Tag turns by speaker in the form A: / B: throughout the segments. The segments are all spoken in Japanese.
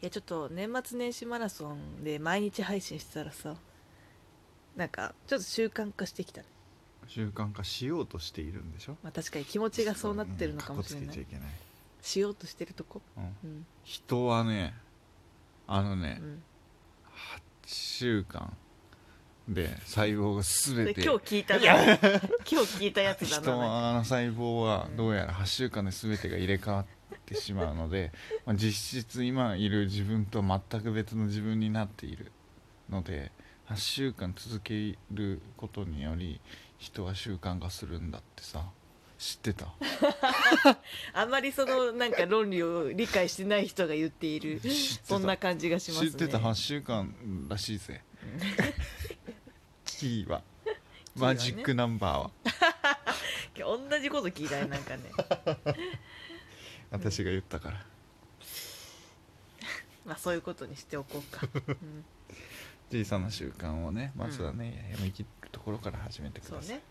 A: いやちょっと年末年始マラソンで毎日配信してたらさなんかちょっと習慣化してきたね
B: 習慣化しようとしているんでしょ
A: まあ確かに気持ちがそうなってるのかもしれ
B: うん
A: な
B: かっ
A: い
B: こつけちゃいけない、
A: しようとしてるとこ
B: うん、
A: うん
B: 人はねあの
A: う
B: ね、
A: ん
B: 8週間で細胞が
A: そ
B: 全
A: れ
B: て
A: 今日聞いたな今日聞いたやつだ
B: 人
A: な
B: の細胞はどうやら8週間で全てが入れ替わってしまう ので、まあ、実質今いる自分と全く別の自分になっているので8週間続けることにより人は習慣化するんだってさ知ってた
A: あんまりそのなんか論理を理解してない人が言っている
B: 知ってた
A: そんな感じがします
B: 知
A: ね
B: ってた8週間らしいぜキーは
A: キーは
B: マ
A: ね
B: ジックナンバーは
A: 同じこと聞いたよなんかね
B: 私が言ったから、
A: まあそういうことにしておこうか、うん、
B: 小さな習慣をねまずはね、やめきるところから始めてく
A: そ
B: だ
A: う
B: さい
A: ね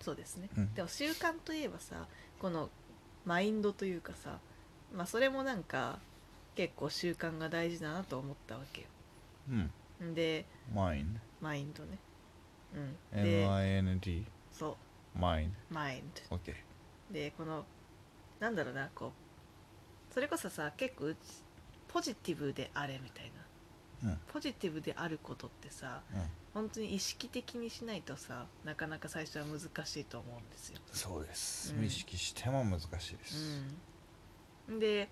A: そうですね、
B: うん
A: でも習慣といえばさこのマインドというかさまあそれもなんか結構習慣が大事だなと思ったわけ
B: うん
A: よで
B: Mind
A: マインドねうんで
B: M-I-N-D
A: そ
B: Mind
A: うマインド
B: OK
A: でこのなんだろうなこうそれこそさ結構うちポジティブであれみたいな、
B: うん
A: ポジティブであることってさ
B: うん
A: 本当に意識的にしないとさなかなか最初は難しいと思うんですよ。
B: そうです、
A: うん
B: 意識しても難しいです、
A: うん、で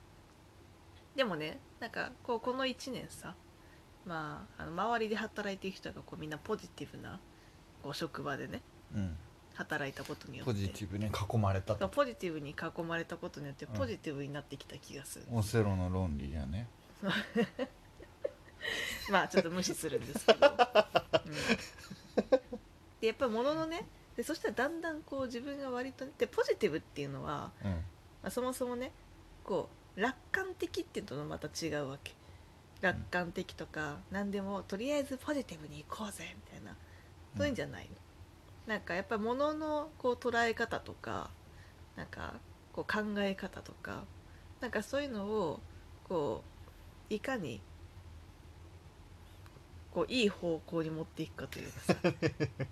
A: でもねなんかこうこの1年さまああの周りで働いている人がこうみんなポジティブなこう職場でね
B: うん
A: 働いたことによって
B: ポジティブに囲まれ
A: そ
B: た
A: う
B: と
A: ポジティブに囲まれたことによって
B: うん
A: ポジティブになってきた気がする、
B: オセロの論理やね
A: まあちょっと無視するんですけど、 うんでやっぱもののねでそしたらだんだんこう自分が割とねでポジティブっていうのは、
B: うん
A: まあ、そもそもねこう楽観的っていうのとまた違うわけ楽観的とか、何でもとりあえずポジティブに行こうぜみたいなそういうんじゃないの、なんかやっぱもののこう捉え方とかなんかこう考え方とかなんかそういうのをこういかにこういい方向に持っていくかというかさ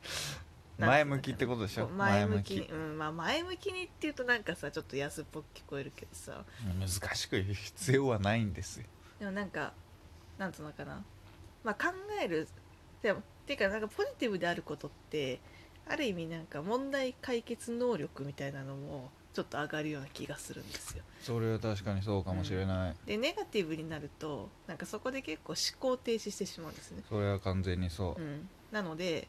B: 前向きってことでし
A: こ
B: ょ
A: う前向きうんまあ、前向きにっていうとなんかさちょっと安っぽく聞こえるけどさ
B: 難しく言う必要はないんですよ
A: でもなんかなんつうのかな、まあ、考えるでもっていうかなんかポジティブであることってある意味なんか問題解決能力みたいなのもちょっと上がるような気がするんですよ。
B: それは確かにそうかもしれない、
A: でネガティブになるとなんかそこで結構思考停止してしまうんですね。
B: それは完全にそうう、
A: ん、なので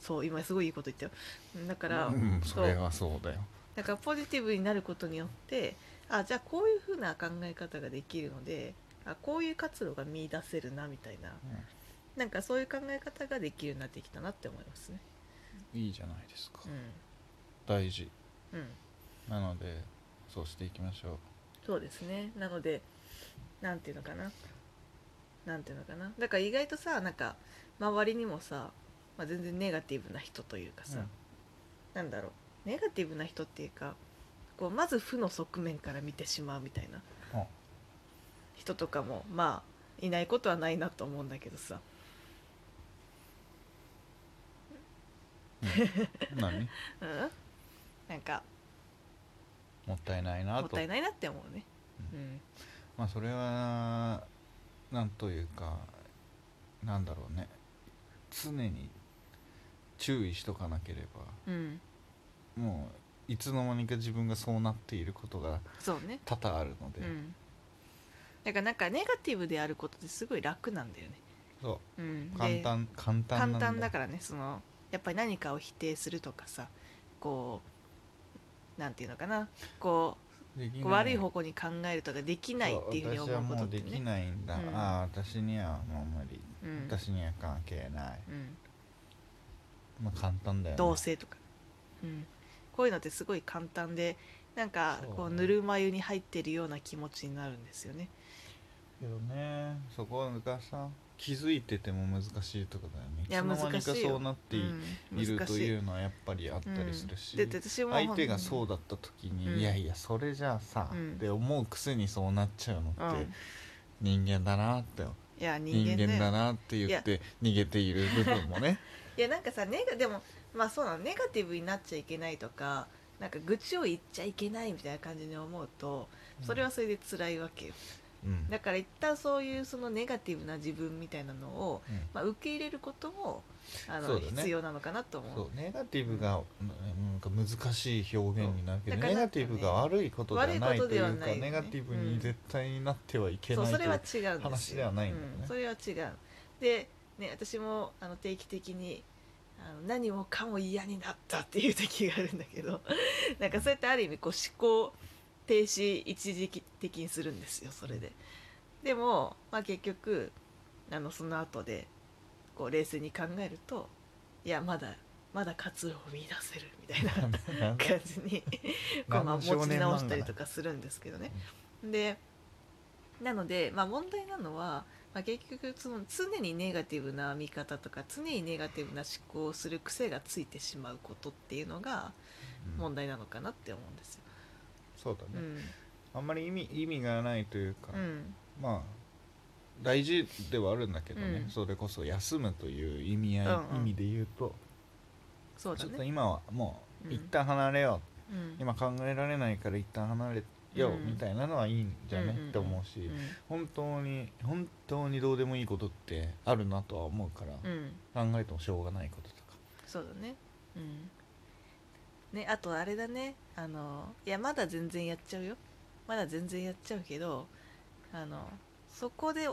A: そう今すごいいいこと言ったよ。うんだから、
B: うん、
A: そ
B: そうれはそうだよ
A: だからポジティブになることによってあじゃあこういうふうな考え方ができるのであこういう活路が見出せるなみたいな、なんかそういう考え方ができるようになってきたなって思いますね。
B: いいじゃないですか、
A: う
B: 大事
A: ん、うん、
B: なのでそうしていきましょう
A: そうですねなのでなんていうのかななんていうのかなだから意外とさなんか周りにもさ、まあ、全然ネガティブな人というかさ、
B: うん
A: なんだろうネガティブな人っていうかこうまず負の側面から見てしまうみたいな
B: うん
A: 人とかもまあいないことはないなと思うんだけどさ
B: 何
A: う んなんか
B: もったいないな
A: もっ
B: と
A: たいないなって思うねうん
B: まあそれはなんというかなんだろうね常に注意しとかなけれ
A: うん
B: ばもういつの間にか自分がそうなっていることが
A: そうね
B: 多々あるので、
A: うんだからなんかネガティブであることってすごい楽なんだよね
B: そ
A: うん
B: う
A: で
B: 簡単簡単なん
A: 簡単だかららねそのやっぱり何かを否定するとかさこうなんていうのかなこ
B: でき
A: う
B: な
A: こう悪い方向に考えるとかできないっていうふうに
B: そう私は
A: 思うこと
B: も
A: っ
B: うで
A: て
B: き
A: ね
B: ないんだ、
A: うん
B: ああ私にはもう無理、
A: うん
B: 私には関係ない
A: うん
B: まあ簡単だよ、ね、
A: 同性とか、うん、こういうのってすごい簡単でなんか
B: そう
A: こうぬるま湯に入ってるような気持ちになるんですよね
B: けどねそこがさ気づいてても難しいとこだよね
A: いや
B: つの間にか
A: 難しいよ
B: そうなっている
A: うん
B: いる
A: 難
B: と
A: し
B: い
A: いう
B: のはやっぱりあったりする
A: う
B: し、
A: ん、でで私も
B: 相手がそううだった時に、
A: うん
B: いやいやそれじゃあさ、
A: うん
B: って思うくせにそうなっちゃうの
A: だ
B: って、人間だなって
A: いや人
B: 人
A: 間だよ
B: 間だなって言って逃げている部分 もね
A: いやなんかさネガでもまあそうなのネガティブになっちゃいけないとかなんか愚痴を言っちゃいけないみたいな感じに思うとそれはそれで辛いわけよ、
B: うん
A: だから一旦そういうそのネガティブな自分みたいなのを、
B: うん
A: まあ、受け入れることもあ
B: そ
A: の、
B: うだね
A: 必要なのかなと
B: そ
A: 思う
B: うネガティブがうんなんか難しい表現になるけど、
A: そうだから
B: ネガティブが悪いことではないというか
A: 悪いことではないよね
B: ネガティブ
A: う
B: に
A: ん
B: 絶対になってはいけ
A: そ
B: な
A: う
B: い
A: そ
B: とい
A: れ
B: う
A: は違うんです
B: 話で
A: よ
B: はないんだよね
A: うんそれは違うでね私もあの定期的にあの何もかも嫌になったっていう時があるんだけど なんかそうやってある意味こう思考停止一時的にするんですよそれででも、まあ、結局あのその後でこう冷静に考えるといやまだまだ活路を見出せるみたいな
B: なんか
A: 感じにこう
B: 何
A: まあ
B: の
A: 持
B: 少
A: ち
B: 年漫画だ
A: 直したりとかするんですけどね。でなので、まあ、問題なのは、まあ、結局その常にネガティブな見方とか常にネガティブな思考をする癖がついてしまうことっていうのが
B: うん
A: 問題なのかなって思うんですよ。
B: そうだね、
A: うん
B: あんまり意味意味がないというか、
A: うん
B: まあ大事ではあるんだけどね、
A: うん
B: それこそ休むという意味合い、
A: うんうん
B: 意味で言うと
A: そう
B: ち
A: だ
B: ょっと
A: ね、
B: 今はも
A: う
B: うん一旦離れよ
A: う
B: う、
A: ん
B: 今考えられないから一旦離れよう、
A: うん
B: みたいなのはいいんじゃ
A: う
B: ね、
A: んうんうん
B: って思うし、
A: うん
B: 本当に本当にどうでもいいことってあるなとは思うから、
A: うん、
B: 考えてもしょうがないこととか
A: そうだね,、うん、ねあとあれだねあのいやまだ全然やっちゃうよまだ全然やっちゃうけどあのそこで、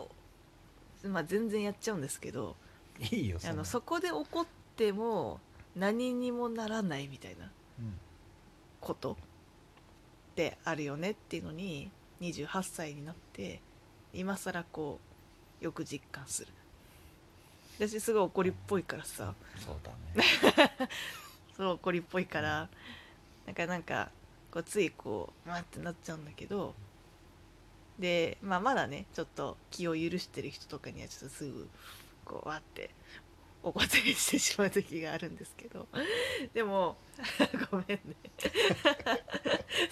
A: まあ、全然やっちゃうんですけど、
B: いいよ
A: あ
B: んな
A: のそこで怒っても何にもならないみたいな
B: うん
A: ことってあるよねっていうのに28歳になって今更こうよく実感する私すごい怒りっぽいからさ
B: そうだね
A: すごい怒りっぽいからなんかなんかこうついこうわーってなっちゃうんだけどで、まあ、まだねちょっと気を許してる人とかにはちょっとすぐこうわーって怒ったりしてしまう時があるんですけどでも ごめんね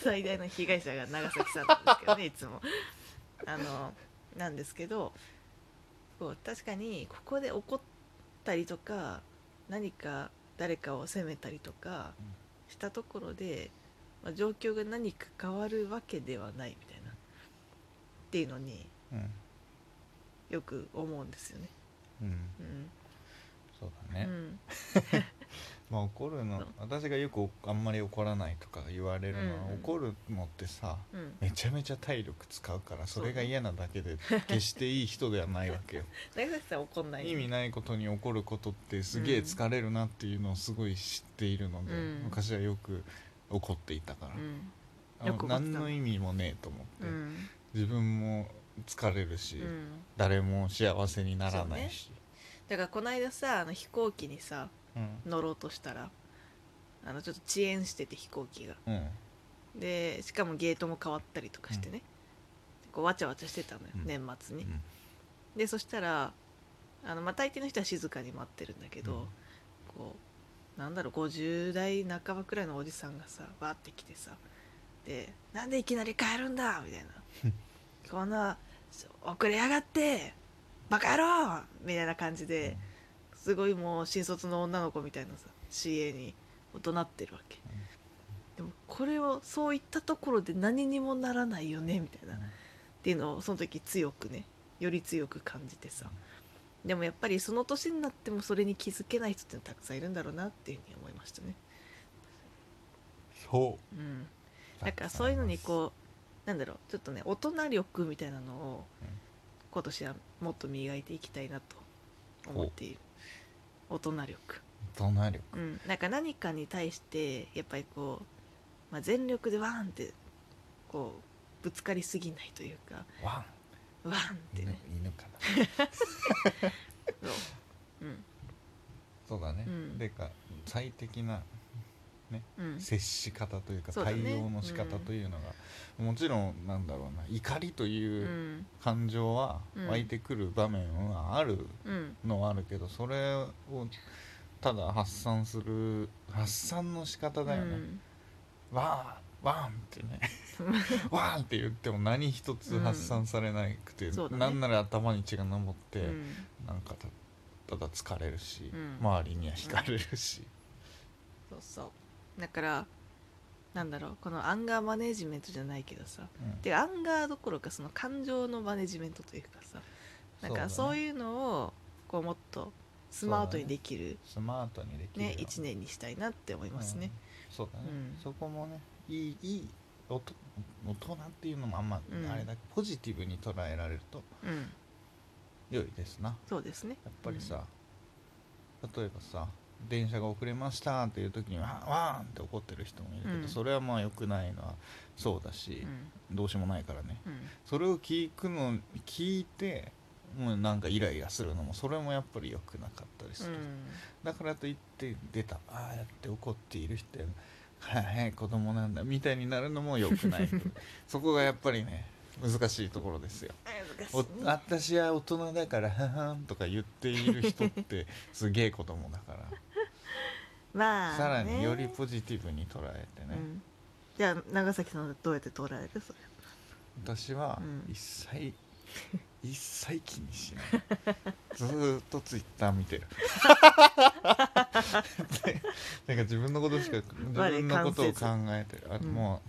A: 最大の被害者が長崎さんなんですけどねいつも。あのなんですけどこう確かにここで怒ったりとか何か誰かを責めたりとかしたところで、まあ、状況が何か変わるわけではないみたいなっていうのに
B: うん、
A: よく思うんですよね。
B: うん、
A: うん
B: そうだね、
A: うん
B: まあ怒るの
A: うん
B: 私がよくあんまり怒らないとか言われるのは、
A: うんうん
B: 怒るのってさ
A: うん、
B: めちゃめちゃ体力使うから
A: そ
B: そう
A: ね
B: れが嫌なだけで 決していい人ではないわけよ
A: 長崎さん怒んない
B: 意味ないことに怒ることってすげえ疲れるなっていうのをすごい知っているので、
A: うん
B: 昔はよく怒っていたから
A: う、ん
B: あの
A: よく怒ってた
B: 何の意味もねえと思って、
A: うん
B: 自分も疲れるし、
A: うん、
B: 誰も幸せにならないし
A: だからこの間さあの飛行機にさ
B: う,、
A: 乗ろうとしたらあのちょっと遅延してて飛行機が。
B: んうん
A: でしかもゲートも変わったりとかしてね、こうわちゃわちゃしてたのよ、
B: うん
A: 年末に、
B: うん
A: でそしたらあの、まあ、大抵の人は静かに待ってるんだけど、
B: うん
A: こうなんだろう50代半ばくらいのおじさんがさわーって来てさで「なんでいきなり帰るんだ!」みたいな 「こんな遅れやがってバカ野郎!」みたいな感じで、すごいもう新卒の女の子みたいなさ CA に怒鳴ってるわけ、でもこれをそういったところで何にもならないよねみたいな、っていうのをその時強くねより強く感じてさでもやっぱりその年になってもそれに気づけない人ってたくさんいるんだろうなっていうふうに思いましたね、
B: そう
A: うん、だからそういうのにこうなんだろうちょっとね大人力みたいなのを
B: うん
A: 今年はもっと磨いていきたいなと思っている大人力
B: 大人力
A: うん、なんか何かに対してやっぱりこう、まあ、全力でワーンってこうぶつかりすぎないというか
B: わ
A: ワーンって
B: 犬
A: ね
B: 犬かな
A: そう、うん
B: そうだね、
A: うん
B: でか最適な
A: うん、
B: 接し方というか、
A: そうだ
B: 対
A: ね
B: 応の仕方というのが、もちろんなんだろうな怒りと
A: う
B: いうん感情は
A: うん
B: 湧いてくる場面はある
A: うん
B: のはあるけどそれをただ発散する発散の仕方だよ
A: う
B: ね、
A: ん
B: わーわーんってねわーって言っても何一つ発散されなくて、
A: うんそうだね
B: なんなら頭に血が上って、
A: うん
B: なんかたただ疲れるし、
A: うん
B: 周りには惹かれるし、
A: そうそうだからなんだろうこのアンガーマネジメントじゃないけどさ
B: うん
A: でアンガーどころかその感情のマネジメントというかさなんか
B: そうだね
A: そういうのをこうもっとスマートにできる、
B: スマートにできるよ
A: ね一年にしたいなって思いますね。
B: うんそうだね、
A: うん
B: そこもねいいいい大人大人っていうのもあんま
A: うん
B: あれだけど、ポジティブに捉えられると
A: うん、
B: 良いですな
A: そうですね。
B: やっぱりさ、例えばさ電車が遅れましたっていう時にわーわーんって怒ってる人もいるけど、
A: うん
B: それはまあ良くないのはそうだ
A: う
B: し
A: ん、、
B: どうしようもないからね
A: うん、うん
B: それを聞くの聞いてもうなんかイライラするのもそれもやっぱり良くなかったりする、だからといって出たああやって怒っている人やはい子供なんだみたいになるのも良くない そこがやっぱりね難しいところですよ
A: 難しい
B: お
A: ね
B: 私は大人だから「ははん」とか言っている人 ってすげえ子供だから
A: まあ、ね、
B: さらによりポジティブに捉えて
A: う
B: ね、
A: んじゃあ長崎さんはどうやって捉えてそれ
B: 私は
A: うん
B: 一切、一切気にしない ずーっとツイッター見てるでなんか自分のことしか自分のことを考えてるあ
A: うん
B: も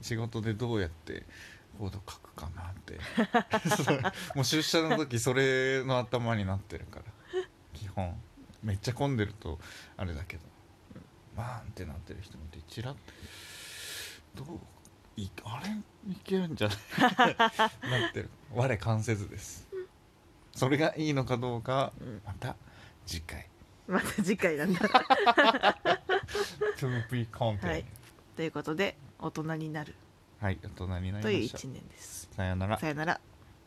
B: う仕事でどうやってコード書くかなって それもう出社の時それの頭になってるから基本めっちゃ混んでるとあれだけどバーンってなってる人もいてチラッどういあれいけるんじゃ ないなってる我関せずですそれがいいのかどうか
A: うん
B: また次 回
A: また次回なんだ
B: To be continued
A: は
B: はいい、
A: ということで大人になる
B: 大人にな
A: という
B: りま
A: 一
B: した
A: 年です
B: さようなら
A: さよなら